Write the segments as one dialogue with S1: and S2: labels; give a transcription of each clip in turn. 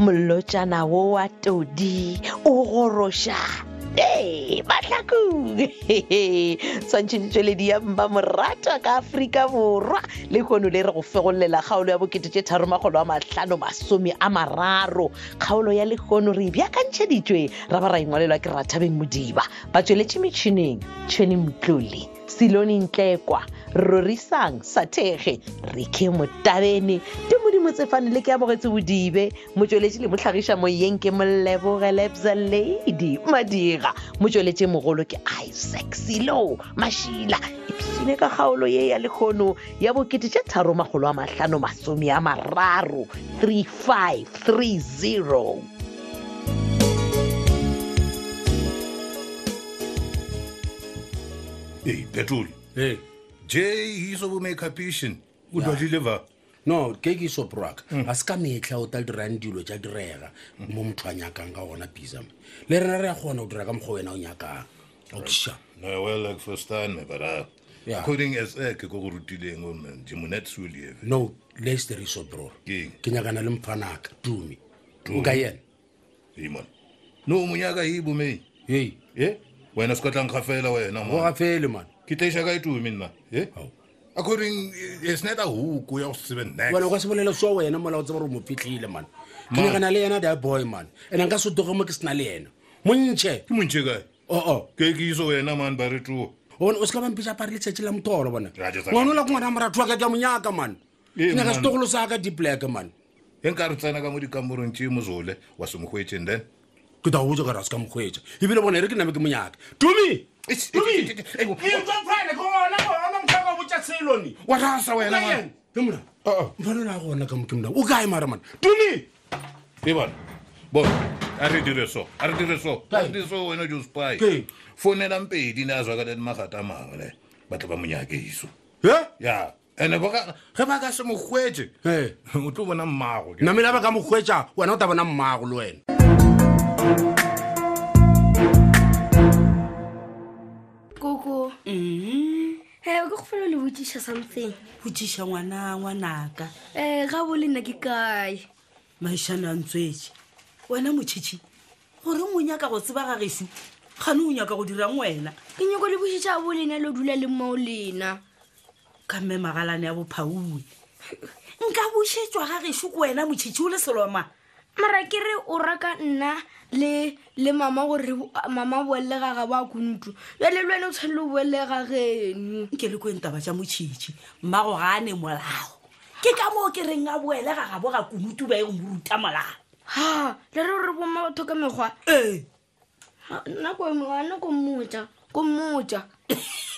S1: motšana wo wa todi o goroša ee mahlakong tshwantšhe ditšweledi ya mba morata ka aforika borwa le kgono le re go fegolela kgaolo ya bokete tše tharomagolo a mahlano masome a mararo kgaolo ya lekgono re ebjakantšheditšwe ra ba ra engwalelwa ke rathabeng modiba ba tsweletše metšhineng tšhweni mtlole selone ntlekwa rorisang sathege reke motabene te modimo tsefane le ke amogetse bodibe motsweletše le motlhagiša moyenke mollebogelepsa lady madira motsweletše mogolo ke isaac selo mašila epsene ka kgaolo ye ya lekgono ya bokete tše tharomagolo a mahlano masome a mararo 3530
S2: Hey, Petrol.
S3: Hey,
S2: Je hizo bo make patient. O do deliver.
S3: no e ke ke soporaka ga se ka metlha o tla dirang dilo tja direga mo motho a nyakang ka gona pisam le rena re ya kgona go dira ka mokgwa wena o nyakang okša
S2: No, well like first time but uh
S3: Yeah.
S2: According as ek go eh, go rutileng o man, je monet suli.
S3: no lesteri sobror
S2: Keng?
S3: ke nyakana le mfanaka tumi nka yena
S2: Hey man. No munyaka hibo me.
S3: ee
S2: Eh? Wena skotlang khafela wena
S3: go
S2: man. e
S3: gafele mane
S2: Kitesha ka itu mina. Eh?
S3: Ao.
S2: According eh, it's not a hook ya seven
S3: wena o
S2: next.
S3: ka se bolela swa wena mola o tseba gore o mo fitlhile mane ke
S2: Man.
S3: nyakana le yena dia boy mane ande nka se toge mo ke sena le yena Oh, montšhe
S2: Kimunche ka.
S3: oo
S2: Ke ke hizo wena man ba re tu.
S3: one o seka bampisa apare letšatši la motholo bona
S2: Ja, ke tsa-
S3: ngwana o la ko ngwana moratho wa ka ke a monyaka mane
S2: Ee,
S3: ke nyaka
S2: man.
S3: setogolo sa ka diplak mane
S2: Enka E re tsena ka mo dikamorong tse mozole wa somgwetse then.
S3: ke ta botsa kare a se ka mokgwetsa ebile bone re ke nabe ke monyaka tumi
S2: Eish,
S3: Tumi!
S2: eish, eish, eish, eish.
S3: Eng tsa pride? Ke ona, ona motho a ka botsa selone.
S2: Wa rasa wena
S3: Ke
S2: man.
S3: eng? Ke mona.
S2: Uh-uh.
S3: mfanela a gona ka moke mona o kae mara mane tumi
S2: ebana bona a re dire so a re dire so a re dire so wena jo spy
S3: Ke?
S2: fonelang pedi ne a zwakale le magata a mangwe ne ba tla né? ba monyakeso
S3: e
S2: ya ande ge ba ka se mo hwetse
S3: Ee.
S2: o tlo bona mmago ke
S3: namele a ba ka mokgwetsa wena o ta bona mmago le wena
S4: koko he ke go fela le botsiša something
S5: botsiša ngwana ngwanaka
S4: um ga bo le nna ke kae
S5: maišane a ntswetse wena motšhitšhi goreng o nyaka go tseba gagesi gane o nyaka go dirang wena
S4: ke nyako le bošiša bo lena le o dula le mmao lena
S5: ka mme magalane ya bophauwe nka bošetswa gagešo ko wena motšhitšhi o le seloma
S4: mara ke re o raka nna le le mama gore bo- mama boelele gaga ba kuntlo jale le wena o tshwanele o boelele gageno
S5: nke le kweng taba tša motšhitšhi mmago ga a ne molao ke ka moo ke reng a boele ga gabo ga kunutu ba ye go mo ruta molao
S4: ha le re gore bomma batho ka mekgwa
S5: ee
S4: Ha, nna ko ana ko mmotsa ko mmotsa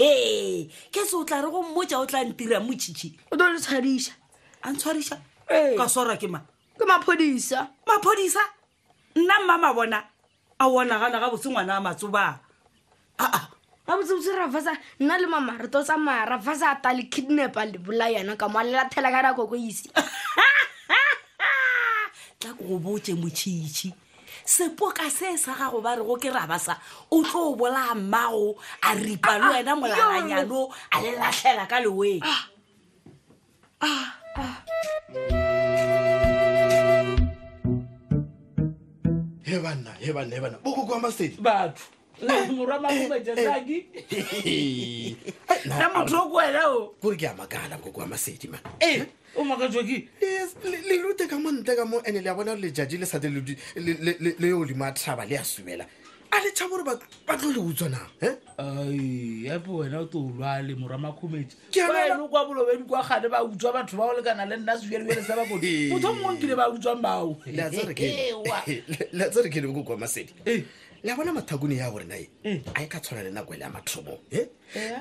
S5: he ke se o tla re go mmotsa o tla ntira motšhitšhi
S4: o tlo le tshwadiša
S5: a ntshwariša
S4: Ee.
S5: ka swarwa ke mang
S4: ke maphodisa
S5: maphodisa nna mmama bona a bonagana ga botse ngwana Ah, a matsobang aa
S4: ga botsebotse rafasa nna le mama re tlo tsamaya rafasa a ta le kidnapa le bolayana ka mo a lelathela ka nako ko ise
S5: tla ko go botse motšhitšhi sepoka se sa gago ba rego ke rabasa o tlo o bolaya mmago a ripa le wena molalanyano a le latlhela ka leweng
S6: he banna he banna he banna boko kwa masedi
S5: batho moramaobajaaki na motho o ko wena o
S6: kore ke a makala boko kwa masedi man
S5: ee
S7: Oh,
S5: o makatswaki
S6: Yes, le le rute ka montle ka mo ande le a bona gore lejaji le sate le di- le- le- le le yo lima thaba le a subela a le tshaba gore ba ba tlo le utswanang e
S7: ape wena o to olwale moramakhumetsi
S6: Ke a lwala.
S7: ene kwa bolobedi kwa gane ba utswa batho bao lekana le nna seberebere sa bakodi motho o mongwe nkile ba utswang bao
S6: le a tsere kele boko kwa masedi
S7: Eh.
S6: le a bona mathakone ya gore nae a e ka tshwana le nako e le ya mathomo e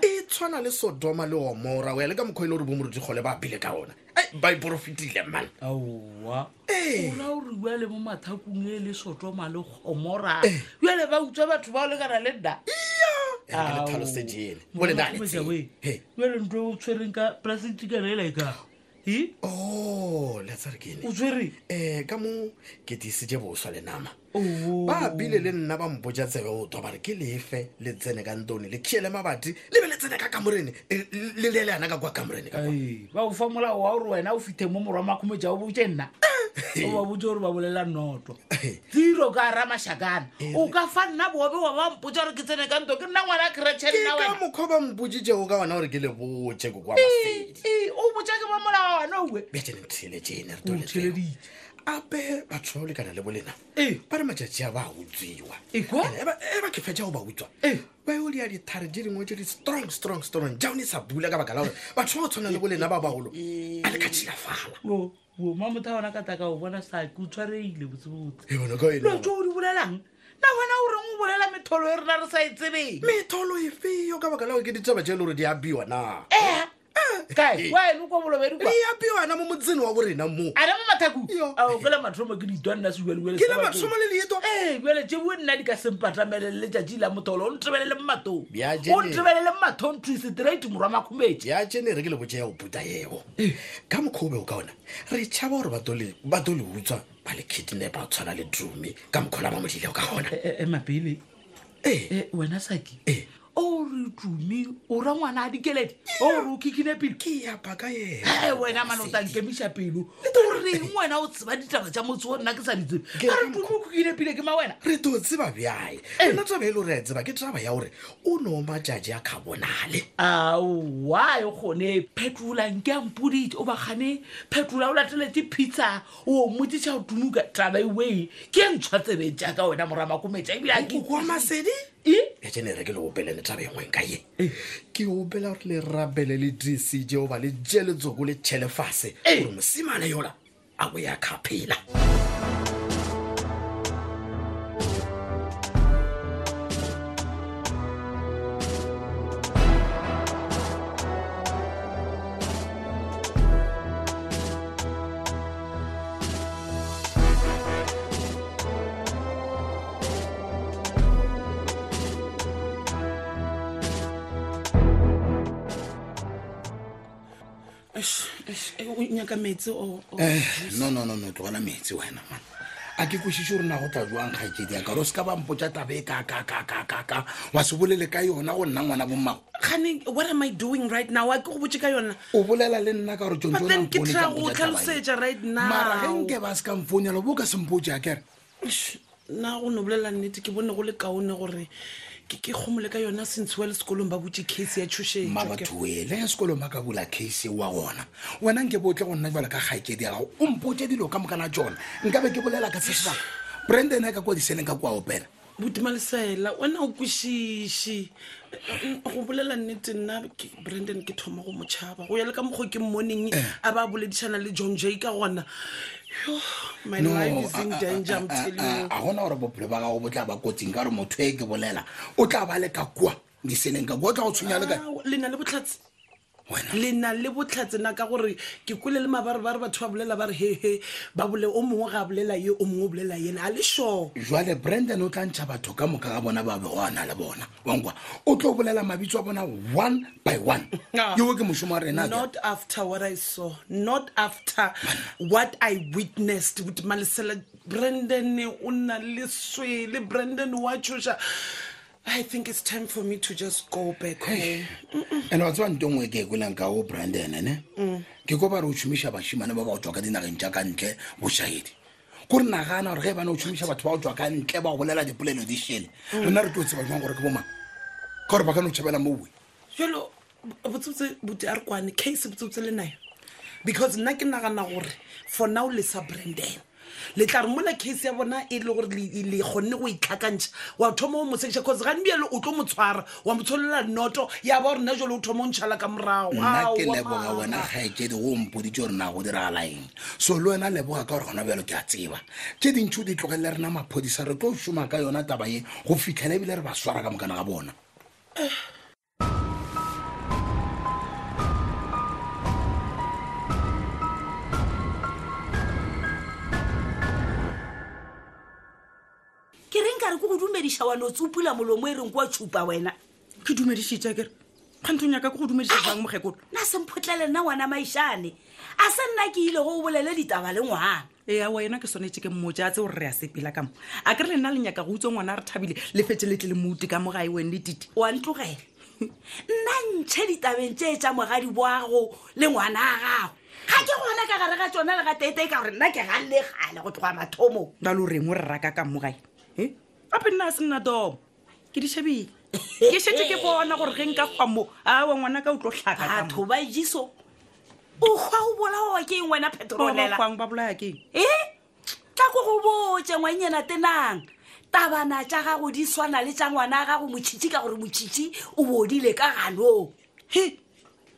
S6: e tshwana le sodoma le omora o ya le ka mokgwa e le gore bomorudigole ba apile ka ona ba iporofitile man
S7: aowa ora o rua le mo mathakong e le sotoma le gomora jale ba utswa batho bao lekana le nna
S6: ka le tlhalosetse ene o lena a le
S7: Moramakhumetsa
S6: tsebe
S7: we,
S6: He.
S7: jwale ntho o tshwereng ka plastictikana e laeka e
S6: o Oh, le a tsere ke ene
S7: o tshwere
S6: um ka mo ke tiisitse boswa le nama
S7: Oo.
S6: ba bile le nna ba mpotsa tsebe o twa bare ke lefe le tsene ka ntone le khiele mabati le be le tsene ka kamorene eh, le le yana ka kwa kamorene ka kwa
S7: Ai, ba o fa molao wa gore wena o fithe mo morwa makgometsa o boje nna o ba botse gore ba bolela noto tiro ka ra mašakana o ka fa nna bobe wa ba mpotsa gore ke tsene ka nto ke nna ngwana
S6: ke
S7: keretšhe nna
S6: ka
S7: wena
S6: mokgwa ba mpoditšego ka ona gore ke le botse ko kwa
S7: Ee,
S6: masedi
S7: ee, o botsa ke ba molao wa wena owe
S6: betšene thele tšene re
S7: o
S6: toletsego
S7: theleditse
S6: ape batho ba o lekana le bolena
S7: Ee.
S6: ba re matšatši a ba a utswiwa
S7: E kwa?
S6: Ene, e ba- e ba ke fetša go ba utswa
S7: Ee.
S6: ba e o lea dithare tše dingwe tše di strong strong strong jaone e sa bula ka baka la gore batho ba go tshwana le bolena ba bagolo ba le ka tšhilafala
S7: o mamotho a ona ka taka o bona sa ke o tshwareile botsebotse
S6: E bona ka ena.
S7: dilo tse o di bolelang na wena o reng o bolela metholo e rena re sa e tsebeng
S6: metholo e feo ka baka la gore ke ditaba tše e le gore di abiwa na
S7: Eh, kae wa ene ko bolobedi
S6: di
S7: kwa
S6: abiwa na mo motseng wa borena moo
S7: a re mo mathakong
S6: Yo.
S7: ao ke la mathomo ke ditwa nna sebualele
S6: ke le mathomo le leeto
S7: ee jale je bue nna di ka sempatamele le letšatši la motholo o ntebelele mo matong
S6: Bja
S7: o
S6: jene.
S7: ntebelele mo matong tho straight morwa makgometse
S6: ya tšene re ke le botse ya go puta yeo ka mokgwa o beo ka ona re tšhaba gore ba to le utswa ba le kidnapa go tshwana le drume ka mokgwa la ba modileo ka gona
S7: mapele
S6: ee
S7: Eh, wena saki
S6: Eh.
S7: o re tumi o ra ngwana a dikelete o re o kikile pele
S6: ke yapa ka
S7: e
S6: yena
S7: wena mane o tankemiša pelo o reng wena o tseba ditaba tša motse o nna ke sa di tsebe
S6: Ke
S7: a re
S6: ka
S7: tumi o kikile pele ke ma wena
S6: re to tseba bjae rena taba e le gore a e tseba ke taba ya gore o no matšatši a carbonale
S7: aowa e kgone phetolang ke ampodite o bagane phetola o lateletse pitsa o mmotsiša o tumuka taba eway ke e ntshwa tsebeng jaaka wena moramakometša ebile a ke-
S6: kwa masedi
S7: E?
S6: ya tšene re ke le opelele taba e ngweng ka ye ke opela gore le rabele le disije oba le je letsoko le tšhele fase
S7: Eh.
S6: gore mosimane yola a bo ya kgaphela
S5: nyaka metsi o
S3: no no no no tlogela metsi wena man a ke kwešiše gore na go tla jwang kgakedi yaka ore o se ka bampotsa tabe kakakakaka wa se bolele ka yona go nna ngwana bommago
S5: gane what am i doing right now a ke go botse ka yona
S3: o bolela le nna ka gore
S5: But then ke tla go tlhalosetsa right now.
S3: ge nke ba se ka mfounela bo ka sempotse ya kere
S5: Eish, nna go ne o bolela nnete ke bone go le kaone gore ke ke kgomole ka yona sentshiwa le sekolong ba botse case ya tshosetso
S3: mabathoele sekolong ba ka bula case wa gona wena nke botle go nna jalo ka kgakedi ya gago o mpotse dilo ka mokana tsona nkabe ke bolela ka sesebaka branden a ka kwa diseleng ka kwa opela
S5: bodumalesela wena o kwešiše N- go bolela nnete nna ke- brandon ke thoma go motšhaba go ya le ka mokgwa ke morning
S3: Eh.
S5: a ba boledišana le john j ka gona Yo, my
S3: No,
S5: life is
S3: a-
S5: in
S3: a-
S5: danger i'm
S3: a- a-
S5: telling
S3: a-
S5: you
S3: a gona gore bophelo ba gago bo tla ba kotsing ka gore motho e ke bolela o tla ba le ka kwa diseleng ka kwa o tla go tshwenya le ka
S5: Ah, le na le botlhatse le na
S3: wena
S5: le botlhatsena ka gore ke kole le mabarebare batho ba bolela ba re hehe ba bole o mongwe ga a bolela ye o mongwe o bolela yena a le sure
S3: jale branden o tla ntšha batho ka moka ga bona ba bego a na le bona wankwa o tlo bolela mabitso a bona one by one
S5: Ah.
S3: yeo ke mošomo wa rena
S5: not after what i saw not after what i witnessed with malesela brandon o nna le leswe le brandon wa tshosa i think it's time for me to just go back home
S3: and wa tseba nto ngwe ke e kwelang ka o branden ne ke ko ba re o šomiša bašimane ba ba go tswa ka dinageng tša ka ntle bošaedi kore nagana gore ge bane o šomiša batho ba go tswa ka ntle ba go bolela dipolelo di šele rena re tlo tseba jang gore ke bomang ka gore ba ka no tšhabela moue
S5: jalo botsebotse bote a re kwane case botsebotse le nayo because nna ke nagana gore for now le sa branden le tla re mola case ya bona e le gore le le kgonne go itlhakantšha wa thoma o mosekiša cause gantbjalo o tlo mo tshwara wa mo tsholola noto ya ba gorena jalo o thoma o ntšhala ka morago
S3: nna ke
S5: Aowa,
S3: leboga
S5: mama.
S3: wena e gaekedi go mpoditse gore na go diragala eng so le wena leboga ka gore gona bjalo ke a tseba tse dintšhi o di tlogelele rena maphodisa re tlo šoma ka yona taba ye go fitlhela ebile re ba swara ka mokana ga bona
S5: ke reng ka re ko go dumediša wa no tsopula molomo e reng ko wa tshupa wena ke dumedišitša kere kganthong yaka ke go dumediša jang mogekolo
S8: na semphotlele nna ngwana maišane a se nna ke ile go o bolele ditaba le ngwana
S5: ea wena ke sonetse ke mmotse a tse gore re a sepela ka mo a ke re le nna lenyaka go utswe ngwana a re thabile le feteletle le mouti ka mo gae weng le tite
S8: wa ntlogela nna ntšhe ditabeng tšee tša mogadi boago le ngwana a gago
S5: ga ke gona ka gare ga tsona le ga tete ka gore nna ke galegale go tloga mathomo
S4: nna le o reng o reraka ka mogae e gape nna a se nna tomo ke di shebile ke shetse ke bona gore ge nka gwa mo aa ngwana ka o tlo tlhaka ka mo.
S5: Eh. batho ba jiso o gwa o bolaowa ke eng wena
S4: Ba ba
S5: petrolela
S4: kwang ba bolaya keng
S5: e tla ko go botse ngwanyena tenang tabana tša gago di swana le tša ngwana a gago motšhitši ka gore motšhitši o bodile ka ganong
S4: he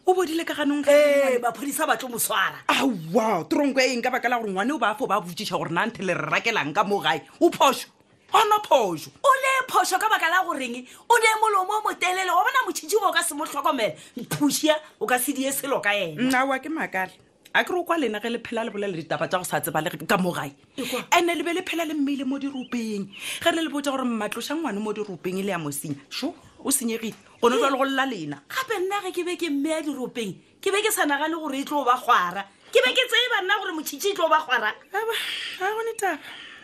S4: o bodile ka ganong
S5: ee maphodisa Eh, ba tlo mo swara
S4: awa tronko e eng ka baka la gore ngwane o ba fo ba botsiša gore na nthe le rerakelang ka mo gae o phoso gona phoso
S5: o le phoso ka baka la goreng o ne molomo o motelele wa bona motšhitši o ka se mo tlhokomela phušia o ka se die selo ka ena
S4: nnawa ke makale a kere o kwa lena ge le phela le bolela ditaba tsa go sa tseba le ka mo gae
S5: E
S4: ande le be le phela le mmeile mo dirupeng ge le le botsa gore mmatlosa ngwane mo dirupeng e le ya mosenya sho o senyegile gone jwa le go lla lena
S5: gape nna ge ke be ke mmea diropeng ke be ke sa nagane gore e tlo ba kgwara ke be ke tsee banna gore motšhitši e tlo ba kgwara
S4: Aba, ga gone taba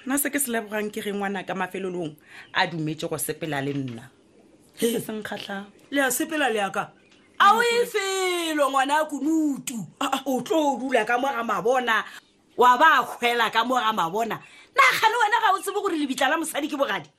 S4: nna se ke se lebogang ke ge ngwana ka mafelelong a dumetse go sepela le nna se senkgatlhang
S5: le a sepela le yaka a o e felo ngwana a kunutu o tlo dula ka mo ga mabona wa ba a kgwela ka mo ga mabona na gane wena ga o tsebe gore lebitla la mosadi ke bogadi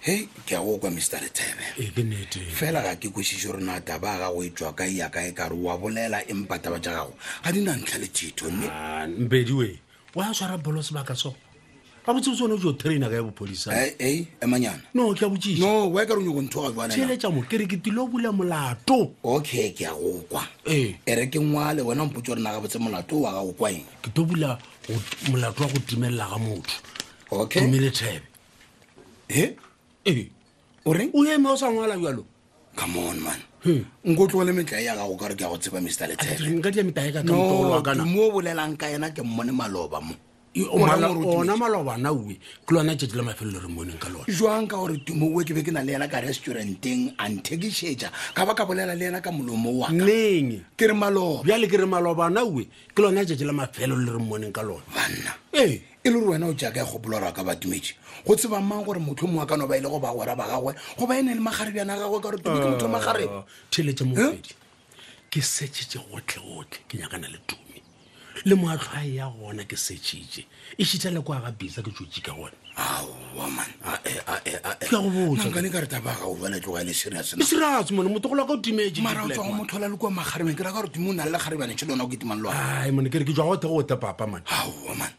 S3: hei ke a go kwa mr
S6: Eh,
S3: retebe fela ga ke kwešiše gore na taba ya gago e tswa kae ya kae kare wa bolela empa taba tša gago ga di na ntlha le thetho mme
S6: Ah, mpediwe o ya tshwara bolo sebaka so ga botse tsone jo traina ka ya bophodisa
S3: Ai, ai emanyana
S6: no ke a botsiša
S3: no wa e ka re o nyoko ntho ga jana
S6: tšheletša mo ke re ke tilo bula molato Eh,
S3: okay ke a go kwa
S6: Ee.
S3: e re ke ngwale wena mpotse gore na ga botse molato wa gago kwa eng
S6: ke tlo bula go- molato wa go timelela ga motho
S3: okay
S6: tumele thebe
S3: e
S6: ee
S3: o reng
S6: o eme o sa ngwala jalo
S3: come on man nko tloa le metlae ya gago ka re ke a go tseba mr letebe
S6: nka dia metae ka
S3: no
S6: kaolwakana
S3: mo o bolelang ka yena ke mmone maloba mo O reng gore o
S6: ona malobana ue ke lona tšatši la mafelelo re moneng ka lona
S3: jwang ka gore tumowe ke be ke na le yena ka restauranteng a nthekišetša ka ba ka bolela le yena ka molomo wa ka.
S6: neng
S3: ke re maloba
S6: bjale ke re malobana ue ke lona tšatši la mafelelo le re moneng ka lona Eh?
S3: banna
S6: ee
S3: e le gore wena o jaaka e kgopolora ka badumetse go tseba mang gore motlho mongwe ka no ba ile go ba wera ba gagwe goba e ne le magarebjana a gagwe ka gore tumo ke motho
S6: Eh?
S3: wa magarebe
S6: theletse mofedi ke setšhitše gotlhe-gotlhe ke nyakana le tumi le moatlho a e ya gona ke setšhitše e šitša le kwa ga bisa ke tsotse ka gona
S3: aowa man
S6: Ah.
S3: e,
S6: ke a go botsa
S3: nankane ka re taba gago jale tloga e le serius
S6: e serats mone motogolo wa ka o timetse
S3: mara o tswago motho o la le kua magarebeng ke ra ka gore tumo o na le legarebjane tšhe le ona o ketimang le ona
S6: ai mone kere ke jwa gote gote papa mane
S3: aowa man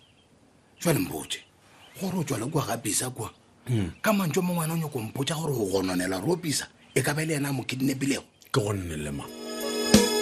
S3: jale mpotse gore o tswa le kua ga bisa kua
S6: Hmm.
S3: ka mantso mo ngwana o nyako mpotsa gore o gononela ro bisa e ka ba le yena a mo kidnapilego
S6: ke gonne le mang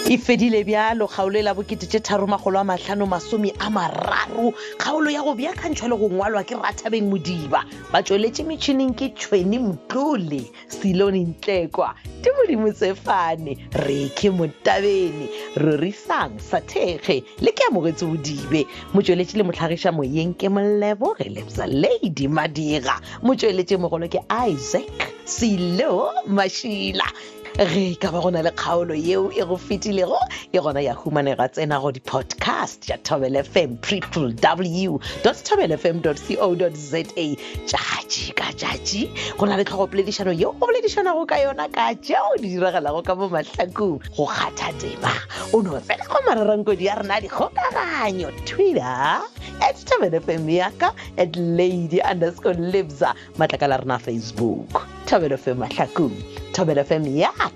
S1: e fedile bjalo kgaolo e la bokete tse tharomagolo a matlhano masome a mararo kgaolo ya go beakantšhwa le go ngwalwa ke rathabeng modiba ba tsweletše metšhineng ke tšhweni motlole selone ntlekwa ke modimo tsefane re ke motabene rorisang sathege le ke amogetse bodibe motsweletše le motlhagiša moyeng ke molleboge lebsa ladi madira motsweletše mogolo ke isaac selo mašila ge ka ba go na le kgaolo yeo e go fetilego e gona ya humanega tsena go di-podcast ya tobel fm triple w tobel fm co za tšatši ka tšatši go na le tlhogopoledišano yeo o boledišanago ka yona ka tšeo di diragalago ka mo mahlakong go kgatha tema o no fela go mararankodi ya rena a dikgokaganyo twitter at tobel fm yaka at lady underscore libza matlakala a rena facebook tobel fm mahlakong thobela fm yaka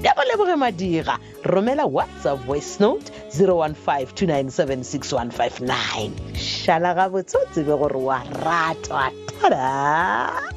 S1: lebo leboge madira romela whatsapp voice note 01529765159 šala gabotsotse be gore wa ratwa tada